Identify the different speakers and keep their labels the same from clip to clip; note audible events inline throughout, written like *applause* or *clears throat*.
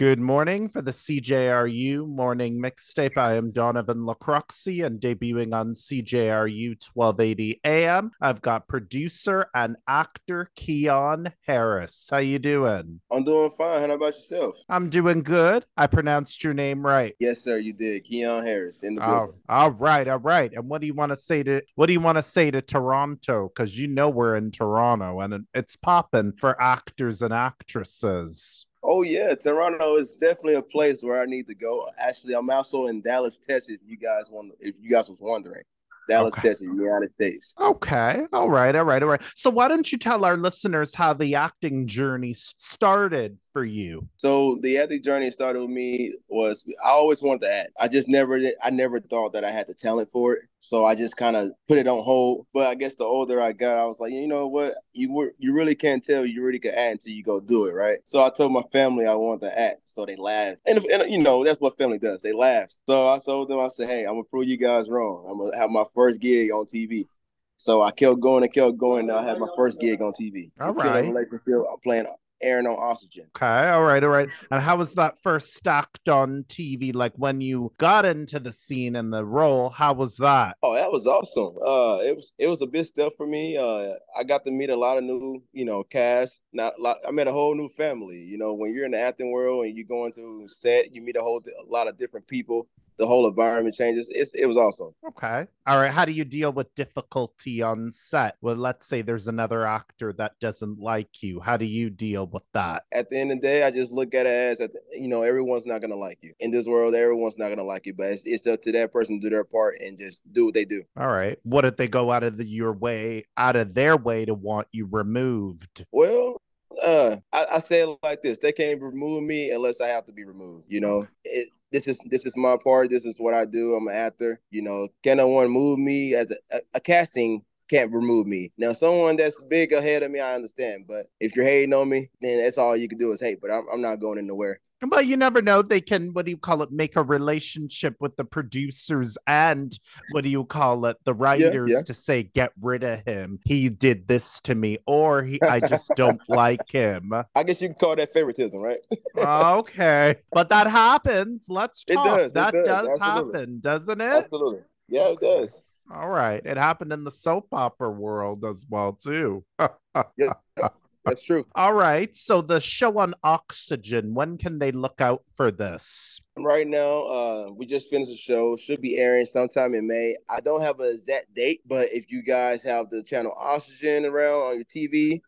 Speaker 1: Good morning for the CJRU morning mixtape. I am Donovan LaCroixy and debuting on CJRU 1280 AM. I've got producer and actor Keon Harris. How you doing?
Speaker 2: I'm doing fine. How about yourself?
Speaker 1: I'm doing good. I pronounced your name right.
Speaker 2: Yes, sir. You did. Keon Harris in the
Speaker 1: Oh,
Speaker 2: building.
Speaker 1: all right, all right. And what do you want to say to what do you want to say to Toronto? Because you know we're in Toronto and it- it's popping for actors and actresses.
Speaker 2: Oh yeah, Toronto is definitely a place where I need to go. Actually, I'm also in Dallas, Texas. If you guys want, if you guys was wondering, Dallas,
Speaker 1: Okay.
Speaker 2: Texas, United States.
Speaker 1: Okay. All right. All right. All right. So, why don't you tell our listeners how the acting journey s- started for you?
Speaker 2: So the acting journey started with me was I always wanted to act. I just never did- I never thought that I had the talent for it. So I just kind of put it on hold. But I guess the older I got, I was like, you know what? You were you really can't tell you really can act until you go do it, right? So I told my family I wanted to act. So they laughed, and, if- and you know that's what family does. They laugh. So I told them I said, hey, I'm gonna prove you guys wrong. I'm gonna have my first gig on TV. So I kept going and kept going. And I had my first gig on TV.
Speaker 1: All
Speaker 2: Until that
Speaker 1: right.
Speaker 2: Relationship. I'm playing Aaron on Oxygen.
Speaker 1: Okay. All right. All right. And how was that first stacked on TV? Like when you got into the scene and the role, how was that?
Speaker 2: Oh, that was awesome. Uh, it was it was a big step for me. Uh, I got to meet a lot of new, you know, cast. Not a lot. I met a whole new family. You know, when you're in the acting world and you go into set, you meet a whole a lot of different people. The whole environment changes. It's it was awesome.
Speaker 1: Okay. All right. How do you deal with difficulty on set? Well, let's say there's another actor that doesn't like you. How do you deal with that?
Speaker 2: At the end of the day, I just look at it as, at the, you know, everyone's not gonna like you in this world. Everyone's not gonna like you, but it's, it's up to that person to do their part and just do what they do.
Speaker 1: All right. What did they go out of the, your way, out of their way to want you removed?
Speaker 2: Well, uh, I, I say it like this: they can't remove me unless I have to be removed. You know, it, this is this is my part. This is what I do. I'm an actor. You know, can no one move me as a, a, a casting? Can't remove me now. Someone that's big ahead of me, I understand. But if you're hating on me, then that's all you can do is hate. But I'm, I'm not going anywhere.
Speaker 1: Well, you never know. They can, what do you call it, make a relationship with the producers and what do you call it, the writers
Speaker 2: yeah.
Speaker 1: to say, get rid of him. He did this to me, or he, I
Speaker 2: *laughs*
Speaker 1: just don't like him.
Speaker 2: I guess you can call that favoritism, right?
Speaker 1: Okay. But that happens. Let's
Speaker 2: It
Speaker 1: talk.
Speaker 2: does, it
Speaker 1: that
Speaker 2: does,
Speaker 1: does
Speaker 2: absolutely.
Speaker 1: happen, doesn't it?
Speaker 2: Absolutely. Yeah, it
Speaker 1: Okay.
Speaker 2: does.
Speaker 1: All right. It happened in the soap opera world as well, too. *laughs*
Speaker 2: That's true.
Speaker 1: All right. So the show on Oxygen, when can they look out for this?
Speaker 2: Right now, uh, we just finished the show. Should be airing sometime in May. I don't have an exact date, but if you guys have the channel Oxygen around on your TV,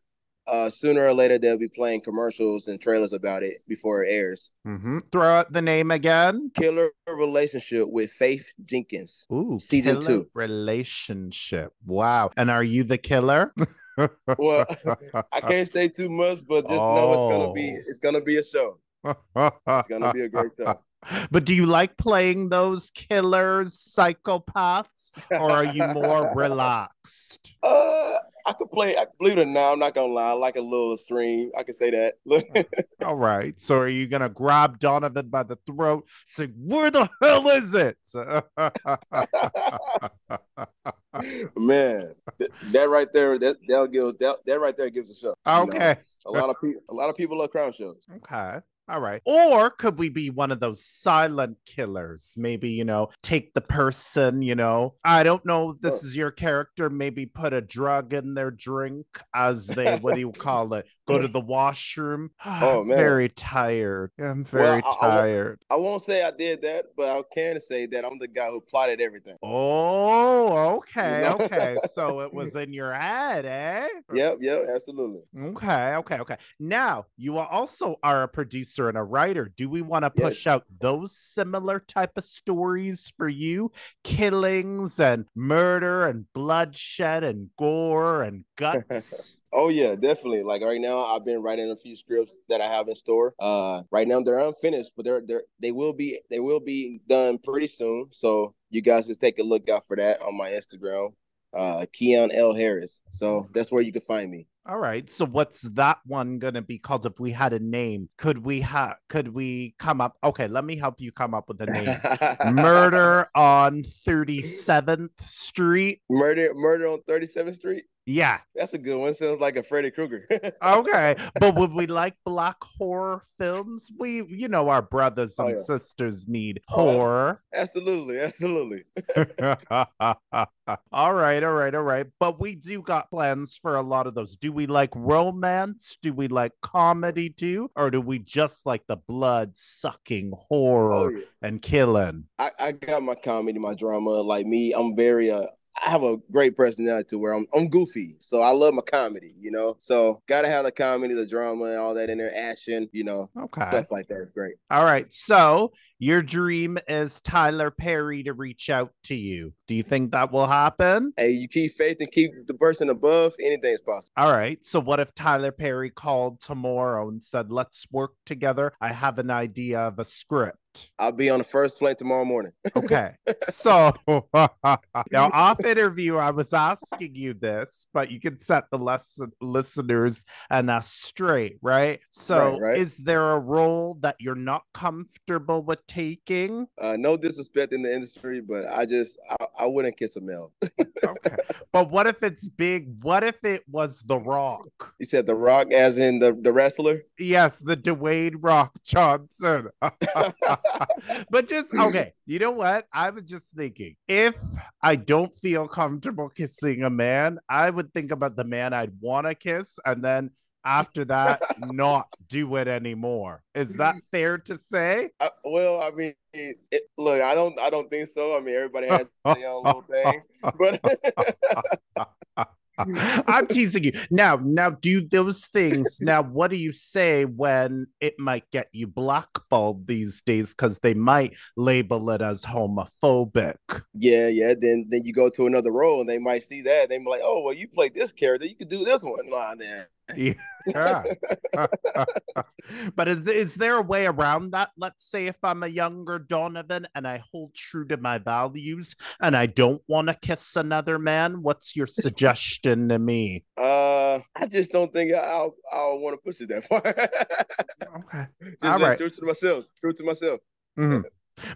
Speaker 2: uh, sooner or later they'll be playing commercials and trailers about it before it airs.
Speaker 1: hmm Throw out the name again.
Speaker 2: Killer Relationship with Faith Jenkins.
Speaker 1: Ooh,
Speaker 2: Season
Speaker 1: killer
Speaker 2: two.
Speaker 1: relationship. Wow. And are you the killer?
Speaker 2: Well, *laughs* I can't say too much, but just know it's gonna be
Speaker 1: Oh.
Speaker 2: it's gonna be a show. It's gonna be a great show.
Speaker 1: *laughs* But do you like playing those killers, psychopaths, or are you
Speaker 2: *laughs*
Speaker 1: more relaxed?
Speaker 2: Uh, I could play. I believe it or not, I'm not gonna lie. I like a little stream. I can say that. *laughs*
Speaker 1: All right. So are you gonna grab Donovan by the throat, say, "Where the hell is it?" *laughs*
Speaker 2: Man, th- that right there, that that gives that, that right there gives a show. you know?
Speaker 1: okay.
Speaker 2: a lot of people, a lot of people love crown shows.
Speaker 1: Okay. All right. Or could we be one of those silent killers? Maybe, you know, take the person, you know, I don't know if this
Speaker 2: Sure.
Speaker 1: is your character. Maybe put a drug in their drink as
Speaker 2: *laughs*
Speaker 1: they, what do you call it? Go to the washroom. *sighs*
Speaker 2: Oh,
Speaker 1: I'm
Speaker 2: man.
Speaker 1: very tired. I'm very
Speaker 2: I- I wa-
Speaker 1: tired.
Speaker 2: I won't say I did that, but I can say that I'm the guy who plotted everything.
Speaker 1: Oh,
Speaker 2: *laughs*
Speaker 1: okay.
Speaker 2: know?
Speaker 1: Okay. So it was in your head,
Speaker 2: *laughs*
Speaker 1: eh?
Speaker 2: Yep, yep, absolutely.
Speaker 1: Okay, okay, okay. Now you are also are a producer and a writer. Do we want to
Speaker 2: Yes.
Speaker 1: push out those similar type of stories for you? Killings and murder and bloodshed and gore and guts.
Speaker 2: Oh yeah, definitely. Like right now, I've been writing a few scripts that I have in store. Uh, right now they're unfinished, but they're they're they will be they will be done pretty soon. So you guys just take a look out for that on my Instagram, uh, Keon L Harris. So that's where you can find me.
Speaker 1: All right. So what's that one gonna be called if we had a name? Could we have could we come up? Okay, let me help you come up with a
Speaker 2: *laughs*
Speaker 1: name. Murder on 37th Street.
Speaker 2: Murder, murder on 37th Street.
Speaker 1: Yeah.
Speaker 2: That's a good one. Sounds like a Freddy Krueger. *laughs*
Speaker 1: Okay. But would we like black horror films? We you know our brothers
Speaker 2: Oh,
Speaker 1: and
Speaker 2: yeah.
Speaker 1: sisters need
Speaker 2: Oh, that's-
Speaker 1: horror. *laughs*
Speaker 2: absolutely, absolutely.
Speaker 1: all right, all right, all right. But we do got plans for a lot of those. Do we like romance? Do we like comedy too? Or do we just like the blood sucking horror
Speaker 2: Oh, yeah.
Speaker 1: and killing?
Speaker 2: I, I got my comedy, my drama. Like me, I'm very uh I have a great personality to where I'm I'm goofy. So I love my comedy, you know. So gotta have the comedy, the drama, and all that in there, action, you know,
Speaker 1: Okay.
Speaker 2: stuff like that. is Great.
Speaker 1: All right. So your dream is Tyler Perry to reach out to you. Do you think that will happen?
Speaker 2: Hey, you keep faith and keep the person above, anything's possible.
Speaker 1: All right. So what if Tyler Perry called tomorrow and said, let's work together? I have an idea of a script.
Speaker 2: I'll be on the first plane tomorrow morning.
Speaker 1: Okay. So *laughs* now off interview, I was asking you this, but you can set the lesson listeners and us straight, right? So
Speaker 2: Right, right.
Speaker 1: is there a role that you're not comfortable with taking?
Speaker 2: Uh, no disrespect in the industry, but I just I, I wouldn't kiss a male.
Speaker 1: Okay. but what if it's big? What if it was The Rock?
Speaker 2: You said the Rock, as in the the wrestler.
Speaker 1: Yes, the Dwayne Rock Johnson. *laughs* but just okay, you know what? I was just thinking if I don't feel comfortable kissing a man, I would think about the man I'd want to kiss and then after that, not do it anymore. Is that fair to say?
Speaker 2: I, well, I mean, it, look, I don't I don't think so. I mean, everybody has their own little thing, but *laughs*
Speaker 1: I'm teasing you. Now, now do those things. Now, what do you say when it might get you blackballed these days because they might label it as homophobic?
Speaker 2: yeah, yeah. Then then you go to another role, and they might see that. They be like, oh, well, you played this character, you could do this one. Nah, then.
Speaker 1: Yeah. *laughs* but is, is there a way around that? Let's say if I'm a younger Donovan and I hold true to my values and I don't want to kiss another man, what's your suggestion to me?
Speaker 2: Uh, I just don't think I- I'll I'll want to push it that *laughs* far. just
Speaker 1: Okay. All
Speaker 2: All
Speaker 1: right.
Speaker 2: right. true to myself. True to myself.
Speaker 1: Mhm.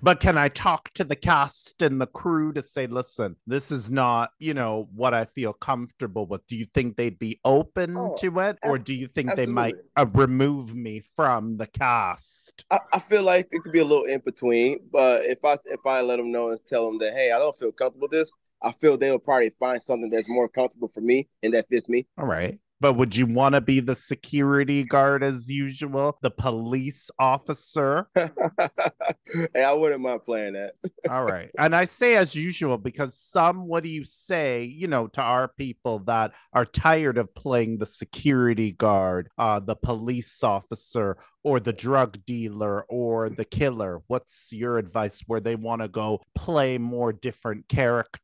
Speaker 1: But can I talk to the cast and the crew to say, listen, this is not, you know, what I feel comfortable with? Do you think they'd be open
Speaker 2: Oh,
Speaker 1: to it? Or do you think they might
Speaker 2: absolutely.
Speaker 1: uh, remove me from the cast?
Speaker 2: I, I feel like it could be a little in between, but if I if I let them know and tell them that hey, I don't feel comfortable with this, I feel they'll probably find something that's more comfortable for me and that fits me.
Speaker 1: All right. But would you want to be the security guard as usual, the police officer?
Speaker 2: hey, I wouldn't mind playing that.
Speaker 1: All right. And I say as usual because some, what do you say, you know, to our people that are tired of playing the security guard, uh, the police officer, or the drug dealer, or the killer? What's your advice where they want to go play more different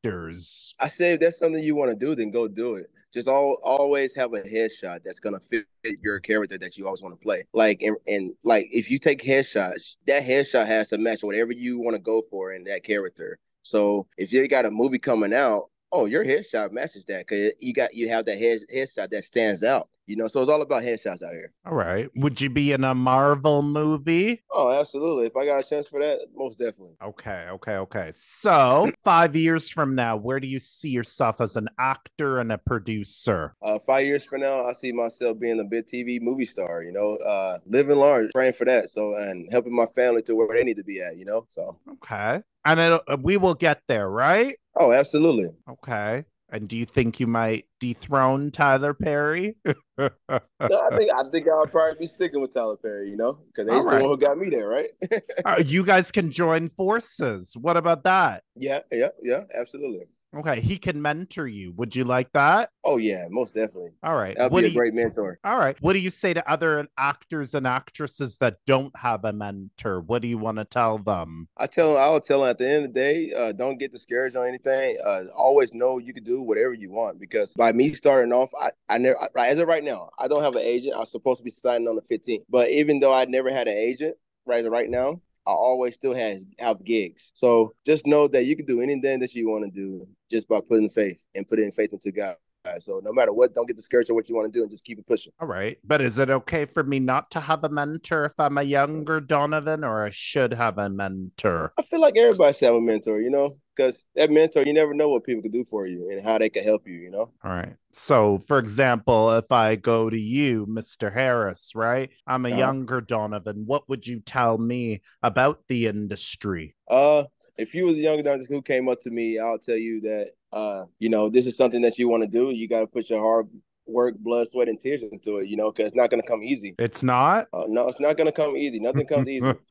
Speaker 1: characters?
Speaker 2: I say if that's something you want to do, then go do it. Just all, always have a headshot that's gonna fit your character that you always want to play. Like and, and like if you take headshots, that headshot has to match whatever you want to go for in that character. So if you got a movie coming out, oh your headshot matches that because you got you have that head, headshot that stands out. You know, so it's all about headshots out here.
Speaker 1: All right. Would you be in a Marvel movie?
Speaker 2: Oh, absolutely. If I got a chance for that, most definitely.
Speaker 1: Okay, okay, okay.
Speaker 2: *clears throat*
Speaker 1: So, five years from now, where do you see yourself as an actor and a producer?
Speaker 2: Uh, five years from now, I see myself being a big TV movie star, you know, uh, living large, praying for that. So, and helping my family to where they need to be at, you know? So,
Speaker 1: Okay. And it'll, uh, we will get there, right?
Speaker 2: oh, absolutely.
Speaker 1: Okay. And do you think you might dethrone Tyler
Speaker 2: *laughs*
Speaker 1: Perry?
Speaker 2: No, I think, I think I'll probably be sticking with Tyler Perry, you know, because
Speaker 1: All
Speaker 2: he's
Speaker 1: right.
Speaker 2: the one who got me there, right? *laughs*
Speaker 1: Uh, you guys can join forces. What about that?
Speaker 2: yeah, yeah, yeah, absolutely.
Speaker 1: Okay. He can mentor you. Would you like that?
Speaker 2: Oh, yeah, most definitely.
Speaker 1: All right.
Speaker 2: That'll
Speaker 1: What
Speaker 2: be
Speaker 1: do
Speaker 2: a
Speaker 1: you-
Speaker 2: great mentor.
Speaker 1: all right. What do you say to other actors and actresses that don't have a mentor? What do you want to tell them?
Speaker 2: I tell I'll tell him at the end of the day, uh, don't get discouraged on anything. Uh, always know you can do whatever you want because by me starting off, I, I never I, right, as of right now, I don't have an agent. I'm supposed to be signing on the 15th, but even though I never had an agent, right as of right now, I always still has have gigs. So just know that you can do anything that you want to do just by putting faith and putting faith into God. So no matter what, don't get discouraged on what you want to do and just keep it pushing.
Speaker 1: All right. But is it okay for me not to have a mentor if I'm a younger Donovan or I should have a mentor?
Speaker 2: I feel like everybody should have a mentor, you know, because that mentor, you never know what people can do for you and how they can help you, you know?
Speaker 1: All right. So, for example, if I go to you, Mr. Harris, right? I'm a
Speaker 2: Uh-huh.
Speaker 1: younger Donovan. What would you tell me about the industry?
Speaker 2: Uh, if you was a young adult who came up to me, I'll tell you that uh, you know, this is something that you want to do. You got to put your hard work, blood, sweat, and tears into it. You know, because it's not gonna come easy.
Speaker 1: It's not.
Speaker 2: Uh, no, it's not gonna come easy. Nothing comes easy.
Speaker 1: *laughs*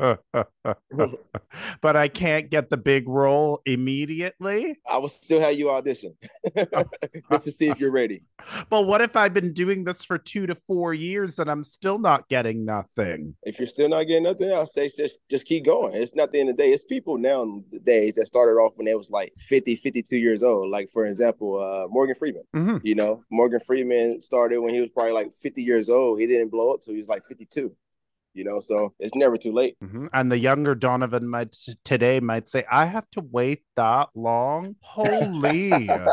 Speaker 1: but I can't get the big role immediately.
Speaker 2: I will still have you audition *laughs* just to see if you're ready.
Speaker 1: But what if I've been doing this for two to four years and I'm still not getting nothing?
Speaker 2: If you're still not getting nothing, I'll say just just keep going. It's not the end of the day. It's people now the days that started off when they was like 50, 52 years old. Like for example, uh, Morgan Freeman.
Speaker 1: Mhm.
Speaker 2: You know, Morgan Freeman started when he was probably like 50 years old. He didn't blow up till he was like 52. You know, so it's never too
Speaker 1: *laughs*
Speaker 2: late.
Speaker 1: Mhm. And the younger Donovan might today might say, "I have to wait that long." Holy!
Speaker 2: Uh,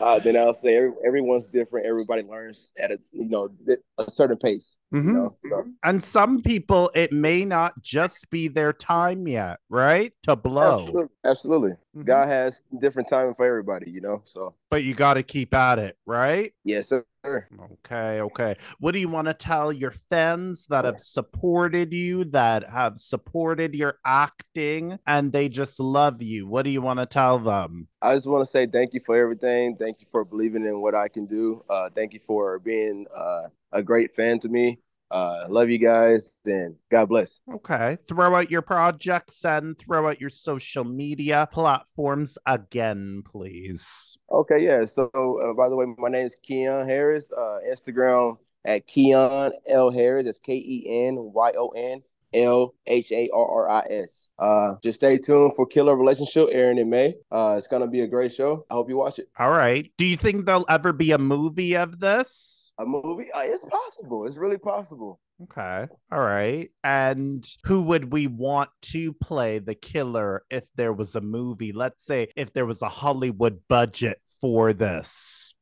Speaker 2: uh, then I'll say every, everyone's different. Everybody learns at a you know th- a certain pace. You
Speaker 1: Mhm.
Speaker 2: know, so,
Speaker 1: And some people, it may not just be their time yet, right? To blow.
Speaker 2: absolutely, absolutely.
Speaker 1: Mhm.
Speaker 2: God has different timing for everybody. You know, so
Speaker 1: But you got to keep at it, right?
Speaker 2: yes, sir.
Speaker 1: Okay, okay. What do you want to tell your fans that have supported you, that have supported your acting, and they just love you? What do you want to tell them?
Speaker 2: I just want to say thank you for everything. Thank you for believing in what I can do. Uh, thank you for being uh, a great fan to me. Uh, love you guys, and God bless.
Speaker 1: Okay, throw out your projects and throw out your social media platforms again, please.
Speaker 2: Okay, yeah. So, uh, by the way, my name is Keon Harris. Uh, Instagram at Keon L Harris. That's K E N Y O N L H A R R I S. Uh, just stay tuned for Killer Relationship airing in May. Uh, it's gonna be a great show. I hope you watch it.
Speaker 1: All right. Do you think there'll ever be a movie of this?
Speaker 2: A movie? Uh, it's possible. It's really possible.
Speaker 1: Okay. All right. And who would we want to play the killer if there was a movie? Let's say if there was a Hollywood budget for this.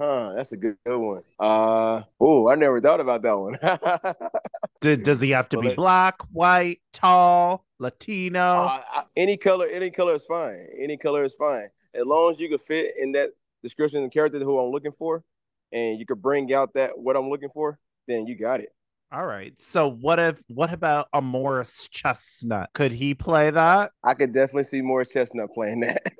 Speaker 2: Huh? That's a good, good one. Uh, oh, I never thought about that one. *laughs*
Speaker 1: D- does he have to be
Speaker 2: Well, it-
Speaker 1: black, white, tall, Latino?
Speaker 2: Uh, I- any color, any color is fine. Any color is fine as long as you can fit in that description and character who I'm looking for, and you could bring out that what I'm looking for. Then you got it.
Speaker 1: All right. So what if what about a Morris Chestnut? Could he play that?
Speaker 2: I could definitely see Morris Chestnut playing that. *laughs*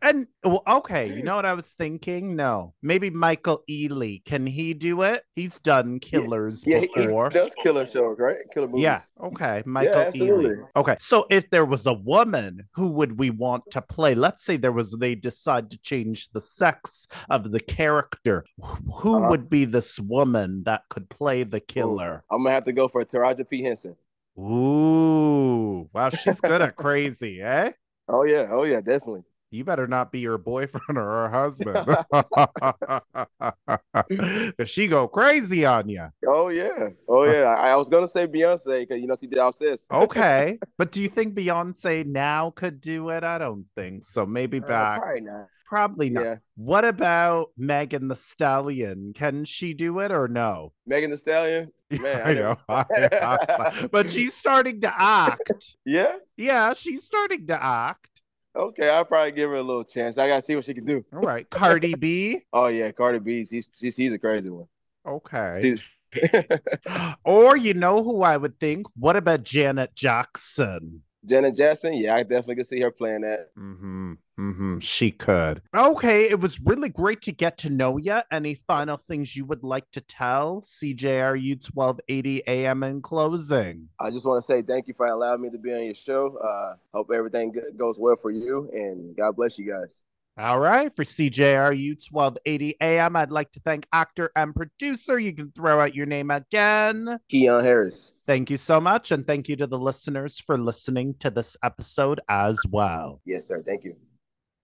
Speaker 1: And well, okay, you know what I was thinking? No. Maybe Michael Ealy. Can he do it? He's done killers
Speaker 2: yeah, he, he
Speaker 1: before.
Speaker 2: does killer shows, right? Killer movies.
Speaker 1: Yeah. Okay. Michael
Speaker 2: absolutely.
Speaker 1: Ealy. Okay. So if there was a woman, who would we want to play? Let's say there was they decide to change the sex of the character. Wh- Who
Speaker 2: Uh-huh.
Speaker 1: would be this woman that could play the killer?
Speaker 2: I'm gonna have to go for Taraja P Henson.
Speaker 1: Ooh. Wow, she's good at crazy, eh?
Speaker 2: Oh yeah, oh yeah, definitely.
Speaker 1: You better not be her boyfriend or her
Speaker 2: *laughs*
Speaker 1: husband. *laughs* 'Cause she go crazy on you.
Speaker 2: Oh yeah, oh yeah. I, I was gonna say Beyonce because you know she did Obsessed.
Speaker 1: Okay. but do you think Beyonce now could do it? I don't think so. Maybe
Speaker 2: Uh,
Speaker 1: back.
Speaker 2: probably not.
Speaker 1: Probably not.
Speaker 2: Yeah,
Speaker 1: What about Megan the Stallion? Can she do it or no?
Speaker 2: Megan Thee Stallion. Man, I
Speaker 1: I
Speaker 2: never-
Speaker 1: know. *laughs* I asked that. but
Speaker 2: *laughs*
Speaker 1: she's starting to act.
Speaker 2: Yeah.
Speaker 1: Yeah, she's starting to act.
Speaker 2: Okay, I'll probably give her a little chance. I gotta see what she can do.
Speaker 1: All right. Cardi B.
Speaker 2: Oh yeah, Cardi B, she's she's, she's a crazy one.
Speaker 1: Okay.
Speaker 2: She's- *laughs*
Speaker 1: Or you know who I would think? What about Janet Jackson?
Speaker 2: Janet Jackson, yeah, I definitely could see her playing that.
Speaker 1: Mm-hmm. Mm-hmm. She could. Okay. It was really great to get to know you. Any final things you would like to tell? CJRU 1280 AM in closing.
Speaker 2: I just want to say thank you for allowing me to be on your show. Uh, hope everything go- goes well for you, and God bless you guys.
Speaker 1: All right, for CJRU 1280 AM, I'd like to thank actor and producer. You can throw out your name again.
Speaker 2: Keon Harris.
Speaker 1: Thank you so much. And thank you to the listeners for listening to this episode as well.
Speaker 2: Yes, sir. Thank you.